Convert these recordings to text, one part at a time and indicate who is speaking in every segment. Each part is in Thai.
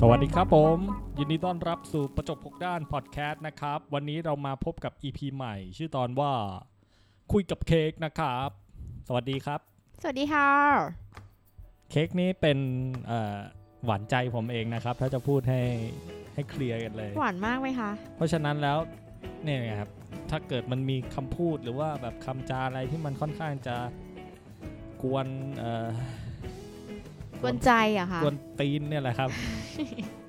Speaker 1: สวัสดีครับผม ยินดีต้อนรับสู่ประจบหกด้านพอดแคสต์นะครับ วันนี้เรามาพบกับ EP ใหม่ ชื่อตอนว่า คุยกับเค้กนะครับ สวัสดีครับ
Speaker 2: สวัสดีค่ะ
Speaker 1: เค้กนี้เป็นเอ่อหวานใจผมเองนะครับ ถ้าจะพูดให้ให้เคลียร์กันเลย
Speaker 2: หวานมากไหมคะ
Speaker 1: เพราะฉะนั้นแล้วเนี่ยนะครับถ้าเกิดมันมีคำพูดหรือว่าแบบคำจาอะไรที่มันค่อนข้างจะกวนเอ่อ
Speaker 2: กวนใจเหรอะค่ะ
Speaker 1: กวนตีนเนี่ยแหละ ครับ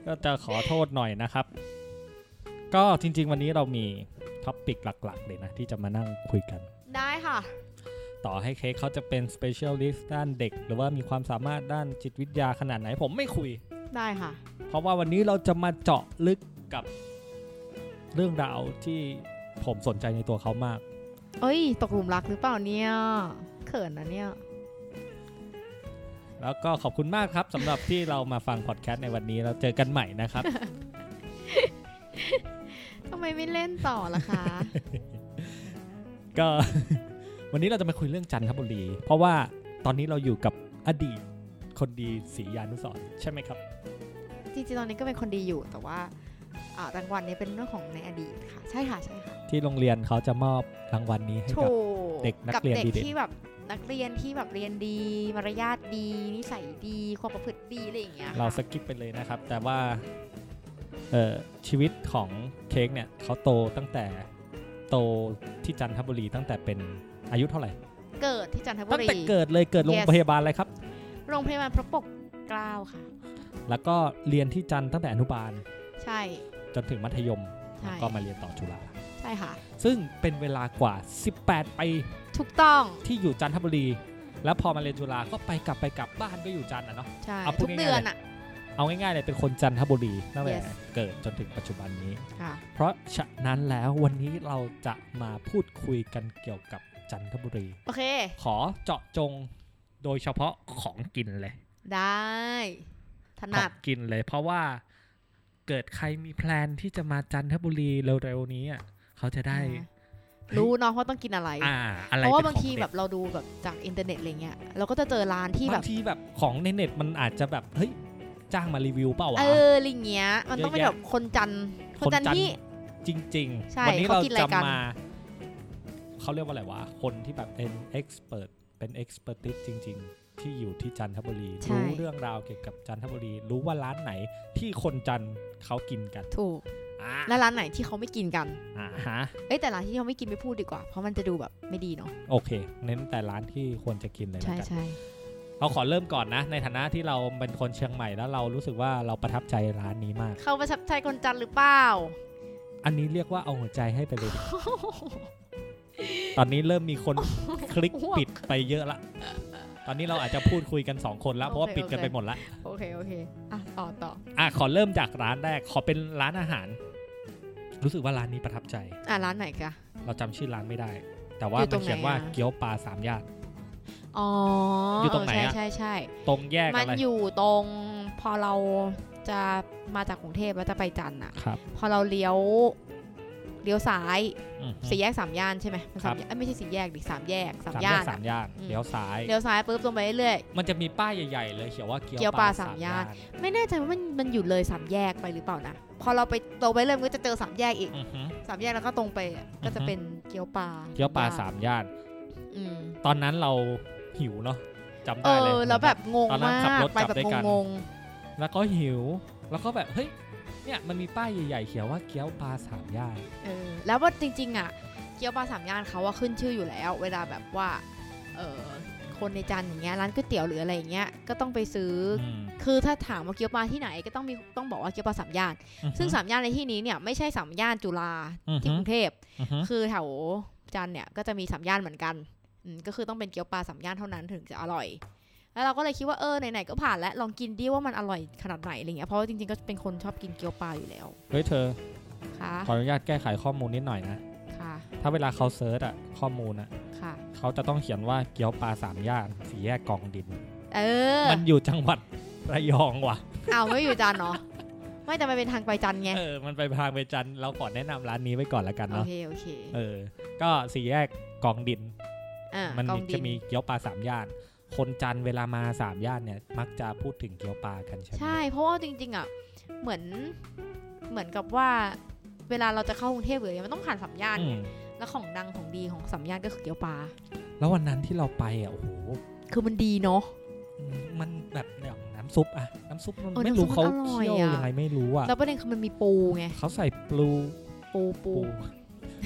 Speaker 1: ก็จะขอโทษหน่อยนะครับ ก็จริง ๆ วันนี้เรามีท็อปปิกหลัก ๆ เลยนะ ที่จะมานั่งคุยกัน
Speaker 2: ได้ค่ะ
Speaker 1: ต่อให้เค้กเขาจะเป็น specialist ด้านเด็ก หรือว่ามีความสามารถด้านจิตวิทยาขนาดไหนผมไม่คุย
Speaker 2: ได้ค่ะ
Speaker 1: เพราะว่าวันนี้เราจะมาเจาะลึกกับเรื่องราวที่ผมสนใจในตัวเขามาก
Speaker 2: เอ้ย ตกหลุมรักหรือเปล่าเนี่ย เขินนะเนี่ย
Speaker 1: แล้วก็ขอบคุณมากครับสำหรับที่เรามาฟังพอดแคสต์ในวันนี้เราเจอกันใหม่นะครับ
Speaker 2: ทำไมไม่เล่นต่อล่ะคะ
Speaker 1: ก็ วันนี้เราจะมาคุยเรื่องจันทบุรี เพราะว่าตอนนี้เราอยู่กับอดีตคนดีศรียานุสรณ์ใช่ไหมครับ
Speaker 2: จริงๆ ตอนนี้ก็เป็นคนดีอยู่ แต่ว่าอ่ารางวัลนี้เป็นเรื่องของในอดีตค่ะ ใช่ค่ะ ใช่ค่ะ
Speaker 1: ที่โรงเรียนเขาจะมอบรางวัลนี้ให้กับ เด็กนัก
Speaker 2: กับ
Speaker 1: เรียน
Speaker 2: เด็ก
Speaker 1: ดีเด่น
Speaker 2: ที่แบบนักเรียนที่แบบเรียนดี มารยาทดี นิสัยดี ความประพฤติดีอะไรอย่างเงี้ยค่ะ
Speaker 1: เราสกิปไปเลยนะครับ แต่ว่าเอ่อชีวิตของเค้กเนี่ยเขาโตตั้งแต่โตที่จันทบุรีตั้งแต่เป็นอายุเท่าไหร่
Speaker 2: เกิดที่จันทบุ
Speaker 1: ตั้ง
Speaker 2: รี
Speaker 1: แต่เกิดเลยเกิดโรง
Speaker 2: Yes
Speaker 1: พยาบาลอะไรครับ
Speaker 2: โรงพยาบาลพระปกเกล้าค่ะ
Speaker 1: แล้วก็เรียนที่จันทร์ตั้งแต่อนุบาล
Speaker 2: ใช่
Speaker 1: จนถึงมัธยม
Speaker 2: ใช่
Speaker 1: แล้วก็มาเรียนต่อจุฬา
Speaker 2: ใช่ค่ะ
Speaker 1: ซึ่งเป็นเวลากว่า 18ปี
Speaker 2: ถูกต้อง
Speaker 1: ที่อยู่จันทบุรี แล้วพอมาเรียนจุฬาก็ไปกลับไปกลับบ้านก็อยู่จันทร์นะเนาะ
Speaker 2: ใช่
Speaker 1: เอาพูด
Speaker 2: ทุกเดื
Speaker 1: ง่ายๆ
Speaker 2: อนอะ
Speaker 1: เอาง่ายๆเลยเป็นคนจันทบุรีตั้งแต่
Speaker 2: Yes
Speaker 1: เกิดจนถึงปัจจุบันนี้
Speaker 2: ค่ะ
Speaker 1: เพราะฉะนั้นแล้ววันนี้เราจะมาพูดคุยกันเกี่ยวกับจันทบุรี
Speaker 2: โอเค
Speaker 1: ขอเจาะจงโดยเฉพาะของกินเลย
Speaker 2: ได้
Speaker 1: ข
Speaker 2: ถ
Speaker 1: อ
Speaker 2: นั
Speaker 1: ง
Speaker 2: ด
Speaker 1: กินเลย เพราะว่าเกิดใครมีแพลนที่จะมาจันทบุรีเร็วๆนี้อ่ะเขาจะได้
Speaker 2: อ่า รู้เนาะว่าต้องกินอะไร
Speaker 1: อ่าอะไร
Speaker 2: เพราะว่า
Speaker 1: ป็น
Speaker 2: บาง
Speaker 1: ของ
Speaker 2: ที
Speaker 1: เด็ด
Speaker 2: แบบเราดูแบบจากอินเทอร์เน็ตอะไรเงี้ย เราก็จะเจอร้านที่แบบ
Speaker 1: บางทีแบบของในเน็ตมันอาจจะแบบเฮ้ยจ้างมารีวิวเปล่าวะ
Speaker 2: เอออะไรเงี้ย มันต้องเป็น
Speaker 1: เยอะ
Speaker 2: แบ
Speaker 1: แยะ
Speaker 2: บคนจันทร์
Speaker 1: ค
Speaker 2: คน น
Speaker 1: จั
Speaker 2: จั
Speaker 1: นทร์
Speaker 2: นทร์ที่
Speaker 1: จริง
Speaker 2: ใช่
Speaker 1: ๆ วันี้เรา
Speaker 2: เขากินอะไรกั
Speaker 1: จะ
Speaker 2: น
Speaker 1: มาเขาเรียกว่าอะไรวะ คนที่แบบเป็น expert เป็น expertise จริง ๆ ที่อยู่ที่จันทบุรี
Speaker 2: ใช่
Speaker 1: รู้เรื่องราวเกี่ยวกับจันทบุรี รู้ว่าร้านไหนที่คนจันทร์เขากินกัน
Speaker 2: ถูก
Speaker 1: อ่า
Speaker 2: และร้านไหนที่เขาไม่กินกัน
Speaker 1: อ่าฮะ
Speaker 2: เอ้ยแต่ร้านที่เขาไม่กินไม่พูดดีกว่า เพราะมันจะดูแบบไม่ดีเนาะ
Speaker 1: โอเค เน้นแต่ร้านที่ควรจะกินเลย
Speaker 2: ใช่
Speaker 1: แล้วกัน
Speaker 2: ใช่
Speaker 1: เราขอเริ่มก่อนนะ ในฐานะที่เราเป็นคนเชียงใหม่แล้วเรารู้สึกว่าเราประทับใจร้านนี้มาก
Speaker 2: เขาประทับใจคนจันทร์หรือเปล่า
Speaker 1: อันนี้เรียกว่าเอาหัวใจให้ไปเลยดิ ตอนนี้เริ่มมีคนคลิก
Speaker 2: อ้วก
Speaker 1: ปิดไปเยอะละ ตอนนี้เราอาจจะพูดคุยกัน 2 คนแล้วเพราะว่า
Speaker 2: โอเค
Speaker 1: ปิดกัน
Speaker 2: โอเค
Speaker 1: ไปหมดละ
Speaker 2: โอเคโอเค อ่ะต่อต่อ
Speaker 1: อ่ะขอเริ่มจากร้านแรก ขอเป็นร้านอาหาร รู้สึกว่าร้านนี้ประทับใจ
Speaker 2: อ่ะร้านไหนกะ
Speaker 1: เราจำชื่อร้านไม่ได้ แต่ว่า
Speaker 2: อยู่ต
Speaker 1: มั
Speaker 2: ร
Speaker 1: น
Speaker 2: งไหน
Speaker 1: เขียนว่า
Speaker 2: อะ
Speaker 1: เกี๊ยวปลาสามย่าน
Speaker 2: อ๋ออยู่
Speaker 1: ตรงไหนอะ
Speaker 2: ใช่ใช่ใช่
Speaker 1: ตรงแยก
Speaker 2: มัน
Speaker 1: อะไร
Speaker 2: อยู่ตรงพอเราจะมาจากกรุงเทพแล้วจะไปจันทร์อ่ะ
Speaker 1: ครับ
Speaker 2: พอเราเลี้ยวเลี้ยวซ้าย
Speaker 1: อือฮึ
Speaker 2: สี่แยกสามย่านใช่ไหมมัน
Speaker 1: ครั
Speaker 2: สา
Speaker 1: บ
Speaker 2: มย่านเอ้ยไม่ใช่สี่แยกดิสามแยกสาม
Speaker 1: สาม
Speaker 2: ย่า
Speaker 1: แยก
Speaker 2: น
Speaker 1: สา
Speaker 2: อะ
Speaker 1: มย่าน
Speaker 2: อืม
Speaker 1: เลี้ยวซ้าย
Speaker 2: เลี้ยวซ้ายปุ๊บตรงไปเรื่อย
Speaker 1: มันจะมีป้ายใหญ่ ๆ เลยเขียนว่าเกี๊
Speaker 2: เกี๊ยวปลาสามย่าน ๆไม่แน่ใจว่ามันมันอยู่เลยสามแยกไปหรือเปล่านะพอเราไปตรงไปเรื่อยมันก็จะเจอสามแยกอีก
Speaker 1: อือฮึ
Speaker 2: สามแยกแล้วก็ตรงไปอะก็จะ
Speaker 1: อือฮึ
Speaker 2: เป็นเกี๊ยวปลา
Speaker 1: เกี๊ยวปลาสามย่าน
Speaker 2: อืม
Speaker 1: ตอนนั้นเราหิวเนาะจำ
Speaker 2: เอ
Speaker 1: ได้เลย
Speaker 2: อแล้วแบบงง
Speaker 1: ตอนนั้
Speaker 2: มาน ก
Speaker 1: ขับรถ
Speaker 2: ไป
Speaker 1: กลับ
Speaker 2: แบบ
Speaker 1: ด้วยกัน
Speaker 2: งง
Speaker 1: แล้วก็หิว แล้วก็แบบเฮ้ย เนี่ยมันมีป้ายใหญ่ๆเขียนว่าเกี๊ยวปลาสามย่าน
Speaker 2: ๆเออแล้วว่าจริง ๆ อ่ะ เกี๊ยวปลาสามย่านเขาว่าขึ้นชื่ออยู่แล้ว เวลาแบบว่าเออคนในจันทร์อย่างเงี้ยร้านก๋วยเตี๋ยวหรืออะไรอย่างเงี้ยก็ต้องไปซื้ออ คือถ้าถามว่าเกี๊ยวปลาที่ไหนก็ต้องมีต้องบอกว่าเกี๊ยวปลาสามย่าน ซึ่งสามย่านในที่นี้เนี่ยไม่ใช่สามย่านจุฬาที่กรุงเทพ คือแถวจันทร์เนี่ยก็จะมีสามย่านเหมือนกัน อืมก็คือต้องเป็นเกี๊ยวปลาสามย่านเท่านั้นถึงจะอร่อย แล้วเราก็เลยคิดว่าเออไหนๆก็ผ่านแล้วลองกินดิว่ามันอร่อยขนาดไหนอะไรเงี้ยเพราะว่าจริงๆก็เป็นคนชอบกินเกี๊ยวปลาอยู่แล้ว
Speaker 1: เฮ้ยเธอ
Speaker 2: ค่ะ
Speaker 1: ขออนุญาตแก้ไขข้อมูลนิดหน่อยนะ
Speaker 2: ค่ะ
Speaker 1: ถ้าเวลาเขาเซิร์ชอะข้อมูลอะ
Speaker 2: ค่ะ
Speaker 1: เขาจะต้องเขียนว่าเกี๊ยวปลาสามย่านสีแยกกองดิน
Speaker 2: เออ
Speaker 1: มันอยู่จังหวัดระยองว่ะ
Speaker 2: เอาไม่อยู่จันเนาะไม่แต่มันเป็นทางไปจันไง
Speaker 1: เออ มันไปพางไปจันทร์เราขอแนะนำร้านนี้ไว้ก่อนละกัน
Speaker 2: โอ
Speaker 1: เนาะ
Speaker 2: เคโอเค
Speaker 1: เออ ก็สีแยกกองดิน
Speaker 2: อ่ะ
Speaker 1: มัน
Speaker 2: กอ
Speaker 1: มี
Speaker 2: งดิ
Speaker 1: จะ
Speaker 2: น
Speaker 1: มีเกี๊ยวปลาสามย่าน คนจันทร์เวลามาสามย่านเนี่ยมักจะพูดถึงเกี๊ยวปลากันใช่ไหม
Speaker 2: ใช่เพราะว่าจริงๆอ่ะเหมือนเหมือนกับว่าเวลาเราจะเข้ากรุงเทพหรืออะไรมันต้องผ่านสามย่าน
Speaker 1: อื
Speaker 2: ไง
Speaker 1: ม
Speaker 2: แล้วของดังของดีของสามย่านก็คือเกี๊ยวปลา
Speaker 1: แล้ววันนั้นที่เราไปอ่ะ โอ้โห
Speaker 2: คือมันดีเนาะ
Speaker 1: มันแบบเนี่ยน้ำซุปอะน้ำซุปมัน
Speaker 2: เออ
Speaker 1: ไม่รู้
Speaker 2: น้ำซุ
Speaker 1: เขา
Speaker 2: ปมันอร่อย
Speaker 1: เคี่ยว
Speaker 2: อะ
Speaker 1: ยังไงไม่รู้อะ
Speaker 2: แล้วประเด็นคือมันมีปูไง
Speaker 1: เขาใส่ปู
Speaker 2: ปูปู
Speaker 1: ปู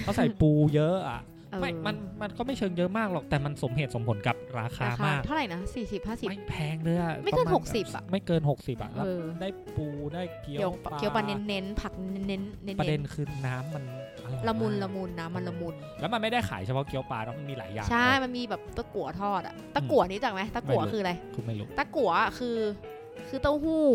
Speaker 1: เขาใส่ปูเยอะอะ
Speaker 2: เออ
Speaker 1: ไม่มันมันก็ไม่เชิงเยอะมากหรอกแต่มันสมเหตุสมผลกับราคามาก
Speaker 2: เท่าไหร่นะสี่สิบห้าสิบ
Speaker 1: ไม่แพงเลยอะ
Speaker 2: ไม่เกิ
Speaker 1: ป
Speaker 2: น
Speaker 1: ระาณ
Speaker 2: หกสิบอะ
Speaker 1: ไม่เกิน 60อะแล้ว
Speaker 2: เออ
Speaker 1: ได้ปูได้เกี๊
Speaker 2: เกี๊ยวเกี๊ยวปลาเน้นเน้นๆผักเน้นๆเน้นเน้น
Speaker 1: ประเด็นคือน้ำมันอร่อย
Speaker 2: ละมุน
Speaker 1: าก
Speaker 2: ละมุนนะมันละมุน
Speaker 1: แล้วมันไม่ได้ขายเฉพาะเกี๊ยวปลาแล้วมันมีหลายอย่าง
Speaker 2: ใช่
Speaker 1: เลย
Speaker 2: มันมีแบบตะกั่วทอดอะตะกั่วนี่จักไหมตะกั่ว
Speaker 1: ไม่รู้
Speaker 2: คืออะไร
Speaker 1: คุณไม่รู้
Speaker 2: ตะกั่วคือ คือเต้าหู้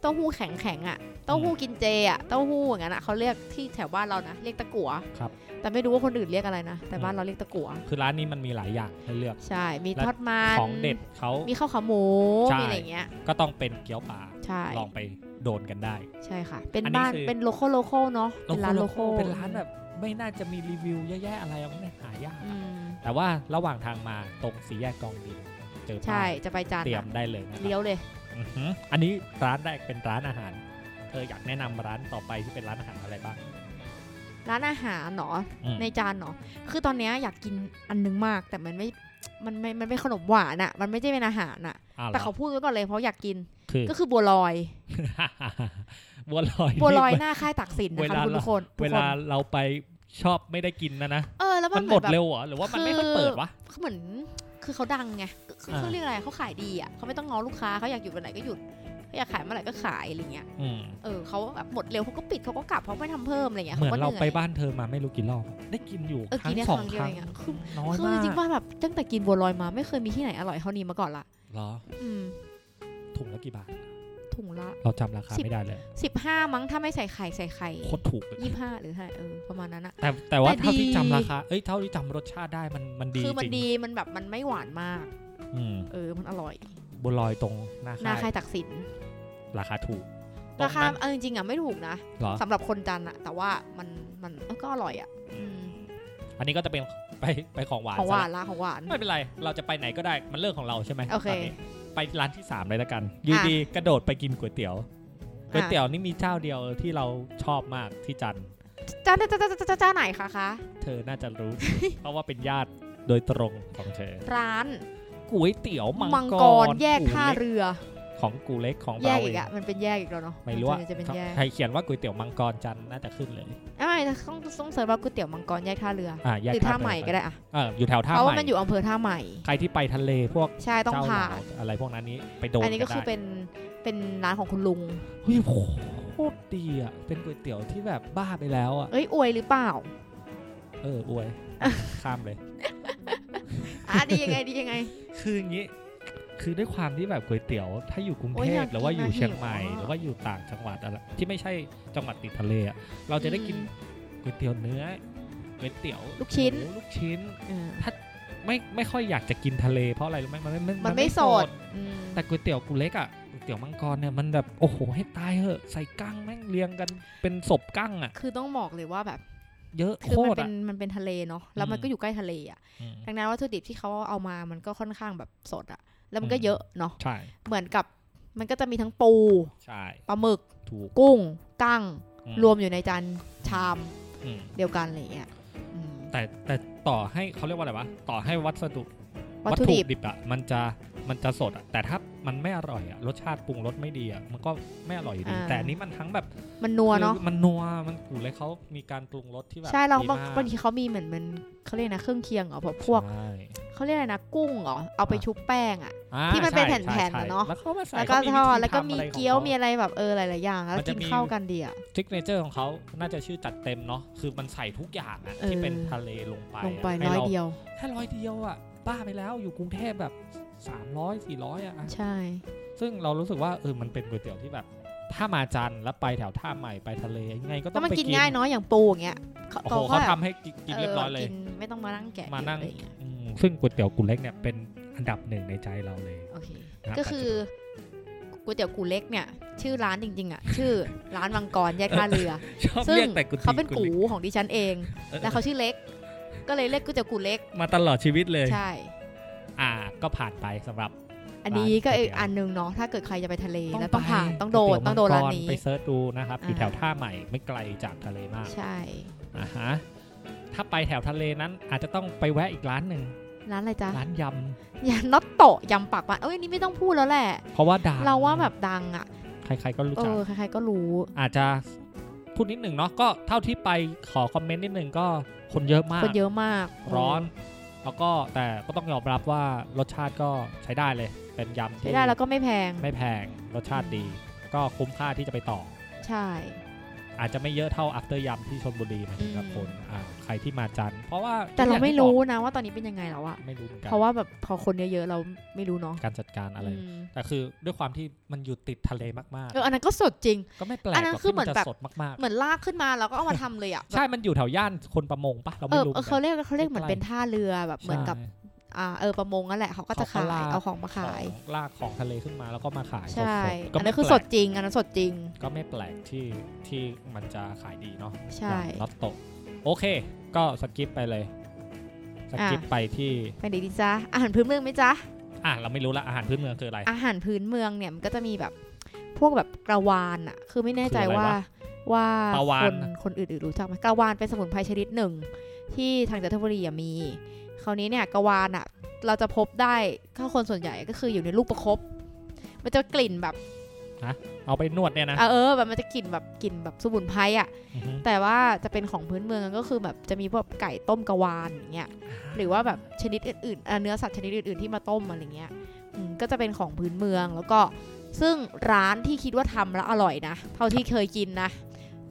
Speaker 2: เต้าหู้แข็งแข็งๆอะเต้าหู้กินเจอะเต้าหู้อย่างนั้นอะเขาเรียกที่แถวบ้านเรานะ เรียกตะกั่ว
Speaker 1: ครับ
Speaker 2: แต่ไม่รู้ว่าคนอื่นเรียกอะไรนะ แต่บ้านเราเรียกตะกั่ว
Speaker 1: คือร้านนี้มันมีหลายอย่างให้เลือก
Speaker 2: ใช่ มี
Speaker 1: และ
Speaker 2: ทอดมัน
Speaker 1: ของเด็ดเขา
Speaker 2: มีข้าวขาหมู
Speaker 1: ใช่
Speaker 2: มีอะไรอย่างเงี้ย
Speaker 1: ก็ต้องเป็นเกี๊ยวปลา
Speaker 2: ใช่
Speaker 1: ลองไปโดนกันได้
Speaker 2: ใช่ค่ะ เป็น
Speaker 1: อันนี้
Speaker 2: บ้าน
Speaker 1: คือ
Speaker 2: เป็นโลโก้โลโก้เนาะ เป็นร้านโลโก้
Speaker 1: เป็นร้านแบบไม่น่าจะมีรีวิวเยอะแยะอะไรหรอกเนี่ยหายาก
Speaker 2: อืม
Speaker 1: แต่ว่าระหว่างทางมาตรงสีแยกกองดินเจอ
Speaker 2: ใช่
Speaker 1: ป้าย
Speaker 2: จะไปจาน
Speaker 1: เตรีย
Speaker 2: อะ
Speaker 1: มได้เลยนะครับ
Speaker 2: เลี้ยวเลย
Speaker 1: อือหืออันนี้ร้านแรกเป็นร้านอาหาร เธออยากแนะนำร้านต่อไปที่เป็นร้านอาหารอะไรบ้าง
Speaker 2: ร้านอาหารเนาะ
Speaker 1: อืม
Speaker 2: ในจานเนาะ คือตอนเนี้ยอยากกินอันนึงมาก แต่มันไม่ มันไม่ มันเป็นขนมหวานอะมันไม่ใช่เป็นอาหารอะ
Speaker 1: อ้วหร
Speaker 2: แต่เขาพูดไว้ก่อนเลยเพราะอยากกิน
Speaker 1: คือ
Speaker 2: ก็ คือบัวลอย
Speaker 1: บัวลอย
Speaker 2: บัวลอย
Speaker 1: นี่
Speaker 2: หน้าค่ายตักสินนะ
Speaker 1: เว
Speaker 2: คะ
Speaker 1: ลา
Speaker 2: คุณทุกคนทุก
Speaker 1: เว
Speaker 2: ค
Speaker 1: ลาน เราไปชอบไม่ได้กินนะนะ
Speaker 2: เออ แล้วมั
Speaker 1: มัน น
Speaker 2: เห
Speaker 1: หม
Speaker 2: มื
Speaker 1: ด
Speaker 2: อนแบบ
Speaker 1: เร็วเหรอหรือว่ามันไม่ค่อยเปิดวะ
Speaker 2: เหมือน คือเขาดังไงคือ
Speaker 1: อ่า
Speaker 2: เขาเรียกอะไรเขาขายดีอะเขาไม่ต้องง้อลูกค้าเขาอยากหยุดวันไหนก็หยุดเขาอยากขายเมื่อไหร่ก็ขายอะไรเงี้ย
Speaker 1: อืม
Speaker 2: เออเขาแบบหมดเร็วเขาก็ปิดเขาก็กลับเขาไม่ทำเพิ่มอะไรเงี้ย
Speaker 1: เหมือน
Speaker 2: ก็
Speaker 1: เรา
Speaker 2: ย
Speaker 1: ไปบ้านเธอมาไม่รู้กี่รอบได้กินอยู่
Speaker 2: เออ
Speaker 1: ครั้
Speaker 2: กิน
Speaker 1: ง
Speaker 2: ได้
Speaker 1: สอง
Speaker 2: ค
Speaker 1: ค
Speaker 2: รั้
Speaker 1: รั้
Speaker 2: ง
Speaker 1: ง
Speaker 2: เดียวเองอะคือ
Speaker 1: น้อย
Speaker 2: คือ
Speaker 1: มา
Speaker 2: จริ
Speaker 1: ก
Speaker 2: งๆว่าแบบตั้งแต่กินบัวลอยมาไม่เคยมีที่ไหนอร่อยเท่านี้มาก่อนละ
Speaker 1: เหรอ
Speaker 2: อืม
Speaker 1: ถุงละกี่บาท
Speaker 2: ถุงละ
Speaker 1: เราจำราคาไม่ได้เลย
Speaker 2: สิบห้ามั้งถ้าไม่ใส่ไข่ใส่ไข่
Speaker 1: โคตรถูกเลย
Speaker 2: ยี่ห้าหรือห้าเออประมาณนั้นอะ
Speaker 1: แต่แต่ว่า
Speaker 2: แต่ดี
Speaker 1: เท่าที่จำราคา เอ้ยเท่าที่จำรสชาติได้มันมันดี
Speaker 2: คือมัน
Speaker 1: จริง
Speaker 2: ดีมันแบบมันไม่หวานมาก
Speaker 1: อืม
Speaker 2: เออมันอร่อย
Speaker 1: บัวลอยตรงหน้า
Speaker 2: หน้า
Speaker 1: ค่า
Speaker 2: ค่าย ยตักสิน
Speaker 1: ราคาถูกต
Speaker 2: ราคา
Speaker 1: นั้น
Speaker 2: เออจริงๆอะไม่ถูกนะ
Speaker 1: เหรอ
Speaker 2: สำหรับคนจันทร์อะแต่ว่ามันมันเอ้อก็อร่อยอะอืม
Speaker 1: อันนี้ก็จะเป็นไปไปของหวาน
Speaker 2: ของหวาน
Speaker 1: ซะ
Speaker 2: ละของหวาน
Speaker 1: ละไม่เป็นไร เราจะไปไหนก็ได้มันเรื่องของเราใช่ไหม
Speaker 2: โอเค
Speaker 1: ตนนี้ไปร้านที่สามเลยละกันอยูดีกระโดดไปกินก๋วยเตี๋ยวก๋วย
Speaker 2: อ่ะ
Speaker 1: เตี๋ยวนี่มีเจ้าเดียวที่เราชอบมากที่จันทร์
Speaker 2: จ้าจ้าจ้าจ้าจ้าจ้าไหนคะคะ
Speaker 1: เธอน่าจะรู้ เพราะว่าเป็นญาติโดยตรงของเธอ
Speaker 2: ร้าน
Speaker 1: ก๋วยเตี๋ยวมั
Speaker 2: มังกรแยกท่าเรือ
Speaker 1: ของกูเล็กของ
Speaker 2: แย
Speaker 1: เรา
Speaker 2: ก
Speaker 1: เอ
Speaker 2: อีก
Speaker 1: ง
Speaker 2: อะมันเป็นแยกอีกแล้วเนาะ
Speaker 1: ไม่รู้ว่า
Speaker 2: ส่วนใหญ่จะเป็นแยก
Speaker 1: ใครเขียนว่าก๋วยเตี๋ยวมังกรจันทร์น่าจะขึ้นเลย
Speaker 2: อ่ะไม่ต้องต้องเสิร์ชว่าก๋วยเตี๋ยวมังกรแยกท่าเรือ
Speaker 1: อ่าแยก
Speaker 2: หรือท่าใหม่ก็ได้อะ
Speaker 1: เอออยู่แถวท่า
Speaker 2: เพราะ
Speaker 1: ให
Speaker 2: ว่า
Speaker 1: ม่
Speaker 2: มันอยู่อำเภอท่าใหม่
Speaker 1: ใครที่ไปทะเลพวก
Speaker 2: ใช่ต้อง
Speaker 1: เจ้า
Speaker 2: ผ่า
Speaker 1: หลานอะไรพวกนั้นนี้ไปโดน
Speaker 2: อันนี้ก็คือ
Speaker 1: ได้
Speaker 2: เป็นเป็นร้านของคุณลุง
Speaker 1: เฮ้ยโหโคตรดีอ่ะเป็นก๋วยเตี๋ยวที่แบบบ้าไปแล้วอ่ะ
Speaker 2: เอ้ยอวยหรือเปล่า
Speaker 1: เอออวยข้ามเลย
Speaker 2: อ่ะดียังไงดียังไง
Speaker 1: คืออย่างนี้ คือด้วยความที่แบบก๋วยเตี๋ยว ถ้าอยู่กรุง
Speaker 2: โอ้
Speaker 1: เท
Speaker 2: ยอ
Speaker 1: พ
Speaker 2: ยากกิน
Speaker 1: หรือว่าอยู่
Speaker 2: อะ
Speaker 1: เชียงใหม่
Speaker 2: หิวอะ
Speaker 1: หรือว่าอยู่ต่างจังหวัดอะไรที่ไม่ใช่จังหวัดติดทะเลอ่ะเราจะได้กิน
Speaker 2: อืม
Speaker 1: ก๋วยเตี๋ยวเนื้อก๋วยเตี๋ยว
Speaker 2: ลูกชิ้น
Speaker 1: หมูลูกชิ้น
Speaker 2: เออ
Speaker 1: ไม่ไม่ค่อยอยากจะกินทะเลเพราะอะไรรู้ไหมมันไม่
Speaker 2: มันไม่สดอืม
Speaker 1: แต่ก๋วยเตี๋ยวกูเล็กอ่ะก๋วยเตี๋ยวมังกรเนี่ยมันแบบโอ้โหให้ตายเหอะ ใส่กั้งแม่งเรียงกันเป็นศพกั้งอ่ะ
Speaker 2: คือต้องบอกเลยว่าแบบ
Speaker 1: เยอะ
Speaker 2: คือ
Speaker 1: โค
Speaker 2: มั
Speaker 1: ตร
Speaker 2: นเป็
Speaker 1: อ่ะ
Speaker 2: นมันเป็นทะเลเนาะแล้วมัน
Speaker 1: อืม
Speaker 2: ก็อยู่ใกล้ทะเลอ่ะ
Speaker 1: อืม
Speaker 2: ดังนั้นวัตถุดิบที่เขาเอามามันก็ค่อนข้างแบบสดอ่ะ แล้วมันก็
Speaker 1: อืม
Speaker 2: เยอะเนาะ
Speaker 1: ใช่
Speaker 2: เหมือนกับมันก็จะมีทั้งปู
Speaker 1: ใช่
Speaker 2: ปลาหมึก
Speaker 1: ถูก
Speaker 2: กุ้งกั้ง
Speaker 1: อื
Speaker 2: รวมอยู่ในจานชาม
Speaker 1: อืม
Speaker 2: เดียวกันอะไรอย่างเงี้ยอืม
Speaker 1: แต่แต่ต่อให้เขาเรียกว่าอะไรวะต่อให้วัสดุ
Speaker 2: วัตถุดิบ
Speaker 1: ดิบอ่ะมันจะมันจะสดอ่ะแต่ถ้ามันไม่อร่อยอ่ะรสชาติปรุงรสไม่ดีอ่ะมันก็ไม่อร่อยอยู่ดี
Speaker 2: า
Speaker 1: แต่อันนี้มันทั้งแบบ
Speaker 2: มันนัวเนาะ
Speaker 1: คือมันนัวมันกูเลยเขามีการปรุงรสที่แบบ
Speaker 2: ใช่เรา
Speaker 1: ดี
Speaker 2: บาง
Speaker 1: มก
Speaker 2: บางทีเขามีเหมือนมันเขาเรียกนะเครื่องเคียงเหรอพวกพวก
Speaker 1: ใช่
Speaker 2: เขาเรียกอะไรนะกุ้งเหรอเอาไป
Speaker 1: อ่า
Speaker 2: ชุบแป้งอ่ะ
Speaker 1: อ่า
Speaker 2: ที่มันเป็น
Speaker 1: ใช่
Speaker 2: แผ่นๆ
Speaker 1: ใช่
Speaker 2: น่ะเนอะ
Speaker 1: แล้วเขามาใส่
Speaker 2: แล้วก็ท
Speaker 1: เขา
Speaker 2: อด
Speaker 1: ธี
Speaker 2: แล้วก็
Speaker 1: ทำ
Speaker 2: มี
Speaker 1: อะไรของ
Speaker 2: เกี๊ยว
Speaker 1: ขา
Speaker 2: มีอะไรแบบเออหลายๆอย่าง แล้ว
Speaker 1: มันจะ
Speaker 2: กิน
Speaker 1: มี
Speaker 2: เข้ากันดีอ่ะ
Speaker 1: ทิกเนเจอร์ของเขาน่าจะชื่อจัดเต็มเนาะ คือมันใส่ทุกอย่างอะที่
Speaker 2: เออ
Speaker 1: เป็นทะเลลงไป
Speaker 2: ลงไป
Speaker 1: ะ
Speaker 2: ร้อย
Speaker 1: ให้า
Speaker 2: เดียว
Speaker 1: แค่ร้อยเดียวอะ บ้าไปแล้วอยู่กรุงเทพแบบ 300 400อ่ะ
Speaker 2: ใช่
Speaker 1: ซึ่งเรารู้สึกว่าเออมันเป็นก๋วยเตี๋ยวที่แบบ ถ้ามาจันทร์แล้วไปแถวท่าใหม่ไปทะเลยังไงก็ต้
Speaker 2: แล้
Speaker 1: อ
Speaker 2: ว
Speaker 1: ง
Speaker 2: มัน
Speaker 1: ไป
Speaker 2: กิ
Speaker 1: กิ
Speaker 2: นง่ายเนาะอย่างปูอย่างเงี้ย
Speaker 1: โอ้โหเขา
Speaker 2: แบบ
Speaker 1: ทำให้กินกินเรียบร้อยเลย
Speaker 2: กินไม่ต้องมานั่งแกะ
Speaker 1: มานั่ง
Speaker 2: เองอะไรเงี้ย
Speaker 1: อืมซึ่งก๋วยเตี๋ยวกุเล็กเนี่ยเป็นอันดับหนึ่งในใจเราเลย
Speaker 2: โอเค
Speaker 1: ครับ
Speaker 2: ก็คือก๋วยเตี๋ยวกูเล็กเนี่ย ชื่อร้านจริง ๆอ่ะ ชื่อร้านวังกรแยกท่าเรือ
Speaker 1: ชอบ
Speaker 2: ซึ่ง
Speaker 1: เรียกแต่ก๋วย
Speaker 2: เขา
Speaker 1: ตี๋ยว
Speaker 2: เป็น
Speaker 1: กู
Speaker 2: กู
Speaker 1: ล็ก
Speaker 2: ของดิฉันเอง
Speaker 1: เออ
Speaker 2: แล้วเขาชื่อเล็ก ก็เลยเรียกก๋วยเตี๋ยวกูเล็ก
Speaker 1: มาตลอดชีวิตเลย
Speaker 2: ใช่
Speaker 1: อ่าก็ผ่านไปสำหรับ
Speaker 2: อันนี้ก็อีก
Speaker 1: ร้านก๋วยเตี๋ยว
Speaker 2: อันหนึงเนาะถ้าเกิดใครจะไปทะเล แล้วต้อง
Speaker 1: ไป
Speaker 2: ผ่านต้องโด
Speaker 1: ก๋วย
Speaker 2: น
Speaker 1: เยว
Speaker 2: ต้องโดน
Speaker 1: มั
Speaker 2: ร้านนี้
Speaker 1: ไปเซิร์ชดูนะครับอยู่
Speaker 2: อ่า
Speaker 1: แถวท่าใหม่ไม่ไกลจากทะเลมาก
Speaker 2: ใช่
Speaker 1: อ่าฮะถ้าไปแถวทะเลนั้นอาจจะต้องไปแวะอีกร้านหนึ่ง
Speaker 2: ร้านอะไรจ๊ะ
Speaker 1: ร้านย
Speaker 2: ยานน็อตโตะยำปากหว่านเอ้ยอันนี่ไม่ต้องพูดแล้วแหละ
Speaker 1: ำเพราะว่าดัง
Speaker 2: เราว่าแบบดังอ่ะ
Speaker 1: ใคร ๆก็รู้
Speaker 2: เอ
Speaker 1: จัก
Speaker 2: อ ใครๆก็รู้
Speaker 1: อาจจะพูดนิดหนึ่งเนาะก็เท่าที่ไปขอคอมเมนต์นิดหนึ่งก็คนเยอะมาก
Speaker 2: คนเยอะมาก
Speaker 1: ร้อน แล้วก็แต่ก็ต้องยอมรับว่ารสชาติก็ใช้ได้เลย เป็นยำ
Speaker 2: ใช้
Speaker 1: ที่
Speaker 2: ได้แล้วก็ไม่แพง
Speaker 1: ไม่แพงรสชาติดี ก็คุ้มค่าที่จะไปต่อ
Speaker 2: ใช่
Speaker 1: อาจจะไม่เยอะเท่า after ยำที่ชนบุรีหมายถึงกับ
Speaker 2: อืม
Speaker 1: คนอ่าใครที่มาจันทร์เพราะว่า
Speaker 2: แต่เรา
Speaker 1: อย่ง
Speaker 2: ไม่
Speaker 1: ที่
Speaker 2: รู้
Speaker 1: บอ
Speaker 2: นะว่าตอนนี้เป็นยังไงแล้วอะ
Speaker 1: กไม่รู้เหมือนกัน
Speaker 2: เพราะว่าแบบพอคนเยอะๆเราไม่รู้เนาะ
Speaker 1: การจัดการอะไร
Speaker 2: ม
Speaker 1: แต่คือด้วยความที่มันอยู่ติดทะเลมาก
Speaker 2: เอออันนั้นก็สดจริง
Speaker 1: ๆ ก็ไม่แปลก
Speaker 2: อันนั้น
Speaker 1: หรก
Speaker 2: คือ
Speaker 1: ที่
Speaker 2: เหมือน
Speaker 1: จะ
Speaker 2: แบบ
Speaker 1: สดมาก
Speaker 2: เหมือนลากขึ้นมาแล้วก็เอามาทำเลยอะ
Speaker 1: ๆ
Speaker 2: แบบ
Speaker 1: ใช่ มันอยู่แถวย่านคนประมงปะเรา
Speaker 2: เอ
Speaker 1: ไม่
Speaker 2: อ
Speaker 1: รู้
Speaker 2: เออเขาเรียกเขาเรียกเหมือนเป็นท่าเรือ แบบ
Speaker 1: ใช่
Speaker 2: เหมือนกับ อ่า เออ ประมงนั่นแหละ เขาก็จะ
Speaker 1: เขาก็
Speaker 2: ขาย
Speaker 1: ลาก
Speaker 2: เอาของมาขาย
Speaker 1: ของลากของทะเลขึ้นมาแล้วก็มาขาย
Speaker 2: ใช่
Speaker 1: สดๆก็
Speaker 2: อัน
Speaker 1: ไม่
Speaker 2: นั้นคือ
Speaker 1: แป
Speaker 2: ส
Speaker 1: ล
Speaker 2: ด
Speaker 1: ก
Speaker 2: จริง อันนั้นสดจริง
Speaker 1: ก็ไม่แปลกที่ที่มันจะขายดีเนาะ
Speaker 2: ใช่
Speaker 1: อย่างลอตโตะโอเค ก็สกิปไปเลย สกิปไปที่
Speaker 2: ไปดีดีจ้ะอาหารพื้นเมืองไหมจ๊ะ
Speaker 1: อ่ะเราไม่รู้ละอาหารพื้นเมืองคืออะไร
Speaker 2: อาหารพื้นเมืองเนี่ยมันก็จะมีแบบพวกแบบกระวานอะคือไม่แน่ใจ
Speaker 1: คือ
Speaker 2: ว่า
Speaker 1: อะไรวะ
Speaker 2: ว่า
Speaker 1: ปลาวา
Speaker 2: ค
Speaker 1: ฬ
Speaker 2: น
Speaker 1: น่ะ
Speaker 2: คนอื่นๆรู้จักไหมกระวานเป็นสมุนไพรชนิดหนึ่ง ที่ทางจันทบุรีอะมี คราวนี้เนี่ยกระวานอะเราจะพบได้ถ้าคนส่วนใหญ่ก็คืออยู่ในลูกประคบ มันจะกลิ่นแบบ
Speaker 1: เอาไปนวดเนี่ยนะ
Speaker 2: เออแบบมันจะกลิ่นแบบกลิ่นแบบสมุนไพรอะ
Speaker 1: อือฮึ
Speaker 2: แต่ว่าจะเป็นของพื้นเมืองก็คือแบบจะมีพวกไก่ต้มกระวานอย่างเงี้ยหรือว่าแบบชนิดอื่นๆอ่ะเนื้อสัตว์ชนิดอื่นๆที่มาต้มอะไรเงี้ยอืมก็จะเป็นของพื้นเมืองแล้วก็ ซึ่งร้านที่คิดว่าทำแล้วอร่อยนะ เท่าที่เคยกินนะ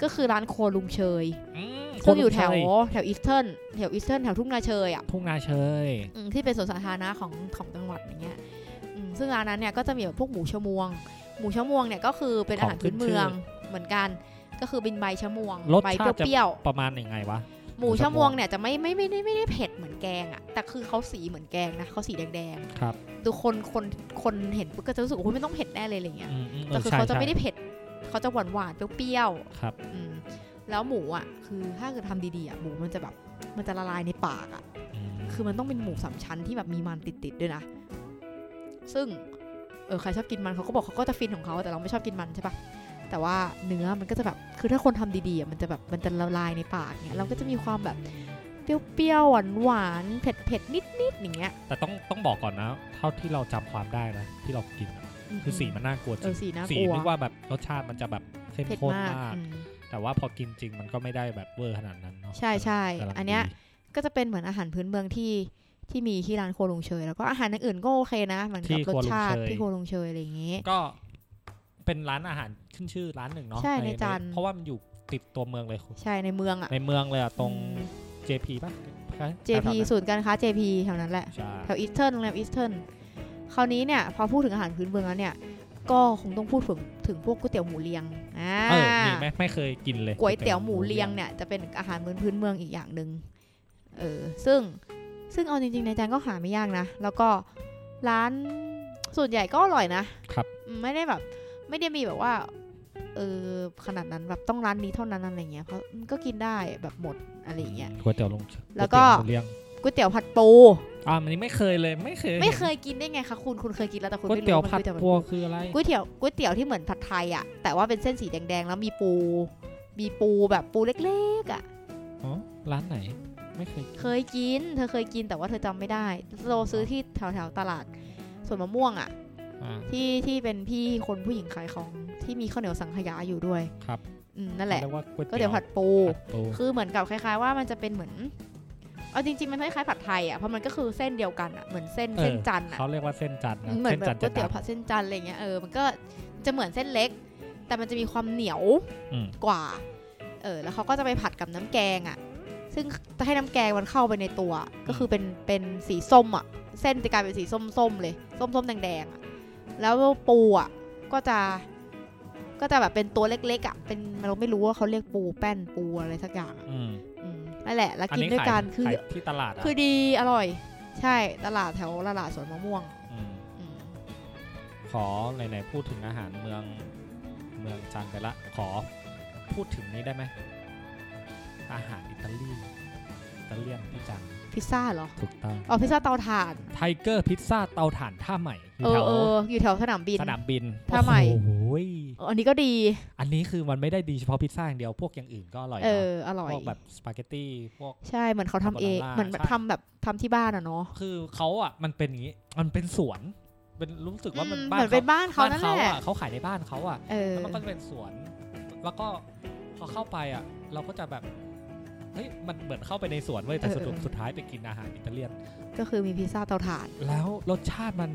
Speaker 2: ก็คือร้านโครัวลุงเชย
Speaker 1: อืม
Speaker 2: ซึ่งอยู่แถว
Speaker 1: โคโล
Speaker 2: แถวอีสเทิร์นแถวอีสเทิร์นแถวทุ่งนาเชยอ่ะ
Speaker 1: เชยทุ่งนาเชย
Speaker 2: อืมที่เป็นสวนสาธารณะของของจังหวัดอย่างเงี้ยอืมซึ่งร้านนั้นเนี่ยก็จะมีแบบพวกหมูชะมวง หมูชะมวงเนี่ยก็คือเป็นอาหารพื้นเมืองเหมือนกัน ก็คือเป็นใบชะมวง
Speaker 1: รส
Speaker 2: ใบ
Speaker 1: ชาติจะ
Speaker 2: เปรี้ยว
Speaker 1: ประมาณยังไงวะ
Speaker 2: ๆหมูชะมวงเนี่ยจะไม่ไม่ไม่ได้ไม่ได้เผ็ดเหมือนแกงอ่ะแต่คือเขาสีเหมือนแกงนะเขาสีแดง
Speaker 1: ครับ
Speaker 2: ๆดูคนคนคนเห็นปุ๊บก็จะรู้สึกว่าโอ้ยไม่ต้องเผ็ดแน่เลยอะไรเงี้ย
Speaker 1: อืมอืมเอ
Speaker 2: แต่
Speaker 1: อ
Speaker 2: คือ
Speaker 1: ใช่
Speaker 2: เขาจะ
Speaker 1: ใช่
Speaker 2: ไม่ได้เผ็ด เขาจะหวานหวานๆเปรี้ยวๆ
Speaker 1: ครับ
Speaker 2: อืมแล้วหมูอ่ะ คือถ้าเกิดทำดีๆอ่ะ หมูมันจะแบบ มันจะละลายในปากอ่ะ
Speaker 1: อืม
Speaker 2: คือมันต้องเป็นหมูสามชั้นที่แบบมีมันติดๆด้วยนะ ซึ่ง เออใครชอบกินมันเขาก็บอกเขาก็จะฟินของเขา แต่เราไม่ชอบกินมันใช่ปะแต่ว่าเนื้อมันก็จะแบบ คือถ้าคนทำดีๆอ่ะ มันจะแบบ มันจะละลายในปากเนี่ยเราก็จะมีความแบบ เปรี้ยวๆหวานๆ เผ็ดๆ นิดๆ อย่างเงี้ย
Speaker 1: แต่ต้องต้องบอกก่อนนะ เท่าที่เราจำความได้นะ ที่เรากินอะ
Speaker 2: ม
Speaker 1: คือสีมันน่ากลัวจ
Speaker 2: เอ
Speaker 1: ริ
Speaker 2: อง สีน่า
Speaker 1: สี
Speaker 2: กลัว
Speaker 1: นึกว่าแบบรสชาติมันจะแบบเข้ม
Speaker 2: เผ็ด
Speaker 1: ข้น
Speaker 2: มาก
Speaker 1: มาก
Speaker 2: อืม
Speaker 1: แต่ว่าพอกินจริงมันก็ไม่ได้แบบเวอร์ขนาดนั้นเนาะ
Speaker 2: ใช่ใช่
Speaker 1: กำลัง
Speaker 2: อันเนี้ย
Speaker 1: ดี
Speaker 2: ก็จะเป็นเหมือนอาหารพื้นเมืองที่ที่มีที่ร้านโครัวลุงเชย แล้วก็อาหารอย่างอื่นก็โอเคนะเหมือนกับ
Speaker 1: ที่
Speaker 2: ร
Speaker 1: ครัว
Speaker 2: ส
Speaker 1: ลุง
Speaker 2: ชาติ
Speaker 1: เชย
Speaker 2: ที่โครัวลุงเชยอะไรอย่างงี้
Speaker 1: ก็เป็นร้านอาหารขึ้นชื่อร้านหนึ่งเนาะ
Speaker 2: ใช่ในจันทร์
Speaker 1: เพราะว่ามันอยู่ติดตัวเมืองเลย
Speaker 2: ใช่ในเมืองอ่ะ
Speaker 1: ในเมืองเลยอะตรง
Speaker 2: อืม
Speaker 1: JP ป่ะ
Speaker 2: JP ศูนย์การค้า JP แถวนั้นแหละ
Speaker 1: ใช่
Speaker 2: แถวอีสเทิร์นโรงแรมอีสเทิร์นคราวนี้เนี่ย พอพูดถึงอาหารพื้นเมืองแล้วเนี่ย ก็คงต้องพูดถึงถึงพวกก๋วยเตี๋ยวหมูเลียงอ่า
Speaker 1: เออนี่ไม่ไม่เคยกินเลย
Speaker 2: ก๋วยเตี๋ยวหมูเลียงเนี่ยจะเป็นอาหารพื้นเมืองอีกอย่างหนึ่งเออซึ่งซึ่งเอาจริงๆในจานก็หาไม่ยากนะ แล้วก็ร้านส่วนใหญ่ก็อร่อยนะ
Speaker 1: ครับ
Speaker 2: ไม่ได้แบบ ไม่ได้มีแบบว่า เออขนาดนั้นแบบต้องร้านนี้เท่านั้นอะไรเงี้ยเพราะมันก็กินได้แบบหมดอะไรเงี้ย
Speaker 1: ก๋วยเตี๋ยวลง
Speaker 2: แล้วก็
Speaker 1: วยเตี๋ยหมูเลียง
Speaker 2: ก๋วยเตี๋ยวผัดปู
Speaker 1: อ่ามันนี้ไม่เคยเลยไม่เคย
Speaker 2: ไม่เคยกินได้ไงคะคุณคุณเคยกินแล้วแต่คุณ
Speaker 1: ก๋วย
Speaker 2: ไม่
Speaker 1: เตี๋ยว
Speaker 2: รู้มัน
Speaker 1: ผัด
Speaker 2: ก๋วยเตี๋ยว
Speaker 1: พัวคืออะไร
Speaker 2: ก๋วยเตี๋ยวก๋วยเตี๋ยวที่เหมือนผัดไทยอ่ะแต่ว่าเป็นเส้นสีแดงๆ แล้วมีปู มีปูแบบปูเล็กๆอ่ะ
Speaker 1: อ๋อร้านไหน ไม่เคยกิน
Speaker 2: เคยกิน เธอเคยกินแต่ว่าเธอจำไม่ได้เราซื้อที่แถวๆตลาดสวนมะม่วงอ่ะ
Speaker 1: อ่า
Speaker 2: ที่ที่เป็นพี่คนผู้หญิงขายของที่มีข้าวเหนียวสังขยาอยู่ด้วย
Speaker 1: ครับ
Speaker 2: อืมนั่นแหละ
Speaker 1: เรียกว่าก๋วย
Speaker 2: ก๋วย
Speaker 1: เตี๋
Speaker 2: เตี๋
Speaker 1: ย
Speaker 2: ยว ว
Speaker 1: ผั
Speaker 2: ผั
Speaker 1: ด
Speaker 2: ดปู
Speaker 1: ปู
Speaker 2: คือเหมือนกับคล้ายๆว่ามันจะเป็นเหมือน เอาจริงๆ มันคล้ายๆผัดไทยอ่ะ เพราะมันก็คือเส้นเดียวกันอ่ะ เหมือนเส้นเส้นจันทร์อ่ะ
Speaker 1: เขาเรียกว่าเส้นจันทร์นะ
Speaker 2: เหมือน
Speaker 1: น
Speaker 2: แบบ
Speaker 1: ทร์
Speaker 2: ก๋วยเตี๋ยว
Speaker 1: จะด
Speaker 2: ผัดเส้นจันทร์อะไรเงี้ย เออ มันก็จะเหมือนเส้นเล็ก แต่มันจะมีความเหนียว
Speaker 1: ำอืม
Speaker 2: กว่า เออ แล้วเขาก็จะไปผัดกับน้ำแกงอ่ะ ซึ่งจะให้น้ำแกงมันเข้าไปในตัว ก็คือเป็นเป็นสีส้มอ่ะ เส้นจะกลายเป็นสีส้มส้มๆเลย ส้มส้มๆแดงแดงๆอะแล้วปูอ่ะก็จะ ก็จะแบบเป็นตัวเล็กๆอ่ะเป็นเราไม่รู้ว่าเขาเรียกปูแป้นปูอะไรสักอย่างอะ
Speaker 1: อืม
Speaker 2: อืมนั่นแหละ แล้ว
Speaker 1: อั
Speaker 2: กินด้วยกันคือ
Speaker 1: ขายที่ตลาดอ่ะ
Speaker 2: คือดีอร่อย ใช่ตลาดแถวตลาดสวนมะม่วง
Speaker 1: ม
Speaker 2: อืม
Speaker 1: ขอไหนๆพูดถึงอาหารเมืองเมืองจังไปละ ขอพูดถึงนี้ได้ไหมอาหารอิตาลีอิตาเลียนที่จัง
Speaker 2: พิซซ่าเหรอ
Speaker 1: ถูกต้อง
Speaker 2: อ๋อพิซซ่าเตาถ่าน
Speaker 1: ไทเกอร์พิซซ่าเตาถ่านท่าใหม่อ
Speaker 2: เอยู่ อ
Speaker 1: แถว
Speaker 2: เอออยู่แถวสนามบิน
Speaker 1: สนามบิน
Speaker 2: ท่าใหม่
Speaker 1: โอ้โห
Speaker 2: เอออันนี้ก็ดี
Speaker 1: อันนี้คือมันไม่ได้ดีเฉพาะพิซซ่าอย่างเดียวพวกอย่างอื่นก็อร่อย
Speaker 2: เอ
Speaker 1: เนาะ
Speaker 2: ออร่อย
Speaker 1: พวกแบบสปาเกตตี้พวก
Speaker 2: ใช่เหมือนเขาทำเอง
Speaker 1: คาโบนาร่า
Speaker 2: เหมือนแบบ
Speaker 1: ใช่
Speaker 2: ทำแบบทำที่บ้านอะเนาะ
Speaker 1: คือเขาอ่ะมันเป็นอย่างนี้ มันเป็นสวน เป็นรู้สึกว่ามัน
Speaker 2: อืม
Speaker 1: บ้า
Speaker 2: เหมื
Speaker 1: น
Speaker 2: อนเป็นบ้านเขา
Speaker 1: บ้าน
Speaker 2: นั่น
Speaker 1: เขา
Speaker 2: แหละ
Speaker 1: อ่ะเขาขายในบ้านเขาอ่ะ
Speaker 2: เออ
Speaker 1: แล้วมันก็จะเป็นสวน แล้วก็พอเข้าไปอ่ะ เราก็จะแบบเฮ้ยมันเหมือนเข้าไปในสวนเว้ยแต่สรุปสุดท้ายไปกินอาหารอิตาเลียน
Speaker 2: ก็คือมีพิซซ่าเตาถ่าน
Speaker 1: แล้วรสชาติมัน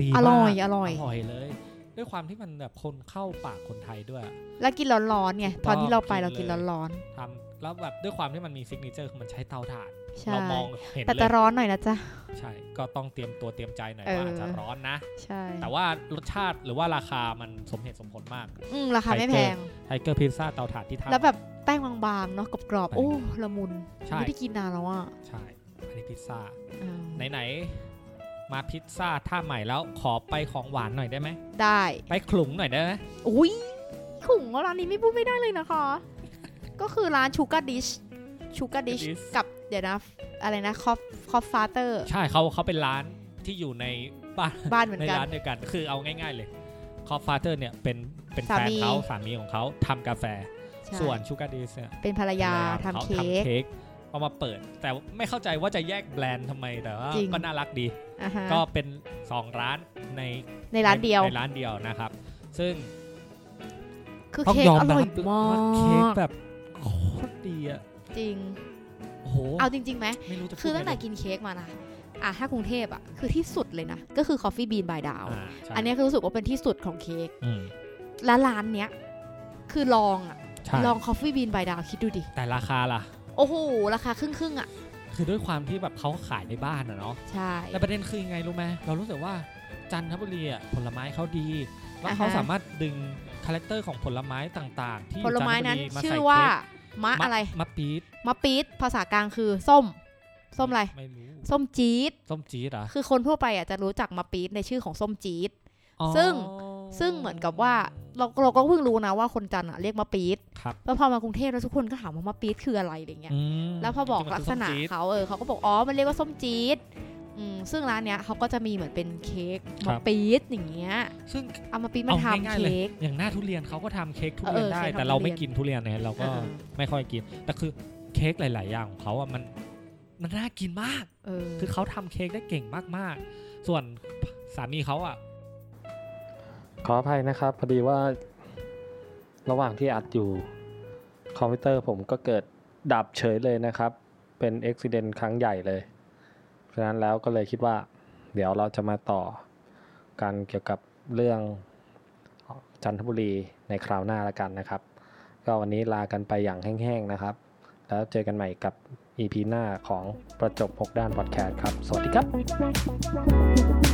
Speaker 1: ดี
Speaker 2: อร่อย
Speaker 1: มาก
Speaker 2: อร่อย
Speaker 1: อร่อยเลย ด้วยความที่มันแบบคนเข้าปากคนไทยด้วยอะ
Speaker 2: แล้วกินร้อนๆไง
Speaker 1: ถูกต้อง
Speaker 2: ตอนที่เราไป
Speaker 1: กิน
Speaker 2: เรากิน
Speaker 1: เลย
Speaker 2: ร้อน
Speaker 1: ทำแล้วแบบด้วยความที่มันมีซิกเนเจอร์คือมันใช้เตาถ่าน
Speaker 2: ๆ
Speaker 1: เรา
Speaker 2: ใช่
Speaker 1: มองเห็น
Speaker 2: แต่
Speaker 1: เล
Speaker 2: แต่
Speaker 1: ย
Speaker 2: ร้อนหน่อยนะจ๊ะ
Speaker 1: ใช่ ก็ต้องเตรียมตัวเตรียมใจหน่อย
Speaker 2: เออ
Speaker 1: ว่าอาจจะร้อนนะ
Speaker 2: ใช่
Speaker 1: แต่ว่ารสชาติหรือว่าราคามันสมเหตุสมผลมาก
Speaker 2: อืมราคาไม่
Speaker 1: ไท
Speaker 2: แพ
Speaker 1: เกอร์
Speaker 2: ง
Speaker 1: ไทเกอร์พิซซ่าเตาถ่านที่ทำ
Speaker 2: แล้วแบบแป้งบางๆเนาะกรอบๆโอ้ละมุน
Speaker 1: ใช่
Speaker 2: ไม่ได้กินนานแล้วอ่ะ
Speaker 1: ใช่อันนี้พิซซ่า
Speaker 2: อืม
Speaker 1: ไหน ๆ มาพิซซ่าท่าใหม่แล้วขอไปของหวานหน่อยได้ไหม
Speaker 2: ได้
Speaker 1: ไปขลุงหน่อยได้ไหม
Speaker 2: อุ้ยขุงร้านนี้ไม่พูดไม่ได้เลยนะคะ ก็คือร้านชูการ์ดิชชูการ์ดิชกับเดี๋ยวนะ อะไรนะคอฟคอฟฟาเตอร์
Speaker 1: ใช่เขาเขาเป็นร้านที่อยู่ในบ้าน
Speaker 2: บ้านเหมือ
Speaker 1: ใน
Speaker 2: นกัน
Speaker 1: ร้านเดียวกันคือเอาง่าย ๆ เลยคอฟฟาเตอร์เนี่ยเป็นเป็นแฟ
Speaker 2: สาน มี
Speaker 1: เขาสามีของเขาทำกาแฟ
Speaker 2: ใช่
Speaker 1: ส่วนชูการ์ดีสเนี่ย
Speaker 2: เป็นภรรยา
Speaker 1: ภรรข
Speaker 2: ทำ
Speaker 1: อง
Speaker 2: เค้ก
Speaker 1: เค้กเอามาเปิด แต่ไม่เข้าใจว่าจะแยกแบรนด์ทำไมแต่ว่า
Speaker 2: จริง
Speaker 1: ก็น่ารักดี
Speaker 2: อ่าฮะ
Speaker 1: ก็เป็นสองร้านใน
Speaker 2: ในร้านเดียว
Speaker 1: ในร้านเดียวนะครับ ซึ่ง
Speaker 2: คือ
Speaker 1: ต้อง
Speaker 2: เค้ก
Speaker 1: ยอม
Speaker 2: อ
Speaker 1: นะ
Speaker 2: ร่
Speaker 1: ค
Speaker 2: อย
Speaker 1: รับ
Speaker 2: ม
Speaker 1: ว่าเค้ก
Speaker 2: าก
Speaker 1: แบบโคตรดีอะ
Speaker 2: จริง
Speaker 1: โอ้โห
Speaker 2: เอาจริงๆไหม
Speaker 1: ไม่รู้จะพูด
Speaker 2: คือตั้งแต่
Speaker 1: ไ
Speaker 2: กินเค้กมานะอ่ะถ้ากรุงเทพอ่ะ คือที่สุดเลยนะ ก็คือคอฟฟี่บีนบายดาว
Speaker 1: อ่าใช่
Speaker 2: อันเนี้ยคือรู้สึกว่าเป็นที่สุดของเค้ก
Speaker 1: อืม
Speaker 2: และร้านเนี้ย คือลองอ่ะ
Speaker 1: ใช่
Speaker 2: ลองคอฟฟี่บีนบายดาวคิดดูดิ
Speaker 1: แต่ราคาล่ะ
Speaker 2: โอ้โห ราคาครึ่งๆอ่ะ
Speaker 1: คือด้วยความที่แบบเขาขายในบ้านอะเนาะ
Speaker 2: ใช่
Speaker 1: แต่ประเด็นคือยังไงรู้ไหมเรารู้สึกว่าจันทบุรีอะผลไม้เขาดี แล้วเขา
Speaker 2: อ่าฮะ
Speaker 1: สามารถดึงคาแรคเตอร์ของผลไม้ต่างๆ ที่
Speaker 2: ผลไม้นั้น
Speaker 1: จัทบุรี
Speaker 2: ชื่อ
Speaker 1: ใส่
Speaker 2: ว่า
Speaker 1: เค้ก
Speaker 2: มะอะไร
Speaker 1: มะปี๊ด
Speaker 2: มะปี๊ดภาษากลางคือส้ม ส้มอะไร
Speaker 1: ไม่รู้
Speaker 2: ส้มจี๊ด
Speaker 1: ส้มจี๊ดเหรอ่ะ
Speaker 2: คือคนทั่วไปอ่ะจะรู้จักมะปี๊ดในชื่อของส้มจี๊ด ซึ่ง ซึ่งเหมือนกับว่าเราเราก็เพิ่งรู้นะว่าคนจันทร์อะเรียกมะปี๊ด
Speaker 1: ครับ
Speaker 2: แล้วพอมากรุงเทพแล้วทุกคนก็ถามว่ามะปี๊ดคืออะไรอะไรเงี้ย
Speaker 1: อืม
Speaker 2: แล้วพอบอกลักษณะ
Speaker 1: จริงๆมันคือส้มจี๊ด
Speaker 2: เขาเออเขาก็บอกอ๋อมันเรียกว่าส้มจี๊ดอืมซึ่งร้านเนี้ยเขาก็จะมีเหมือนเป็นเค้ก
Speaker 1: ครั
Speaker 2: มะ
Speaker 1: บ
Speaker 2: ปี๊ดอย่างเงี้ย
Speaker 1: ซึ่ง
Speaker 2: เอามะปี๊ดมาทำ
Speaker 1: อง่ยๆลย
Speaker 2: เค้ก
Speaker 1: อย่างหน้าทุเรียนเขาก็ทำเค้กทุเรียน
Speaker 2: เออ
Speaker 1: ได้
Speaker 2: เค้ก
Speaker 1: แต่
Speaker 2: ทำ
Speaker 1: เรา
Speaker 2: ทุเรียน
Speaker 1: ไม่กินทุเรียนนะเราก็
Speaker 2: เออ
Speaker 1: ไม่ค่อยกิน แต่คือเค้กหลาย ๆ อย่างของเขาอ่ะมันมันน่ากินมาก
Speaker 2: เออ
Speaker 1: คือเขาทำเค้กได้เก่งมาก ๆ ส่วนสามีเขาอ่ะ
Speaker 3: ขออภัยนะครับ พอดีว่าระหว่างที่อัดอยู่ คอมพิวเตอร์ผมก็เกิดดับเฉยเลยนะครับ เป็นอุบิเหตุครั้งใหญ่เลยฉะนั้นแล้วก็เลยคิดว่า เดี๋ยวเราจะมาต่อกันเกี่ยวกับเรื่องจันทบุรีในคราวหน้าละกันนะครับ ก็วันนี้ลากันไปอย่างแห้งๆนะครับ แล้วเจอกันใหม่กับ EP หน้าของประจบหกด้านพอดแคสต์ครับ สวัสดีครับ
Speaker 4: Thank you.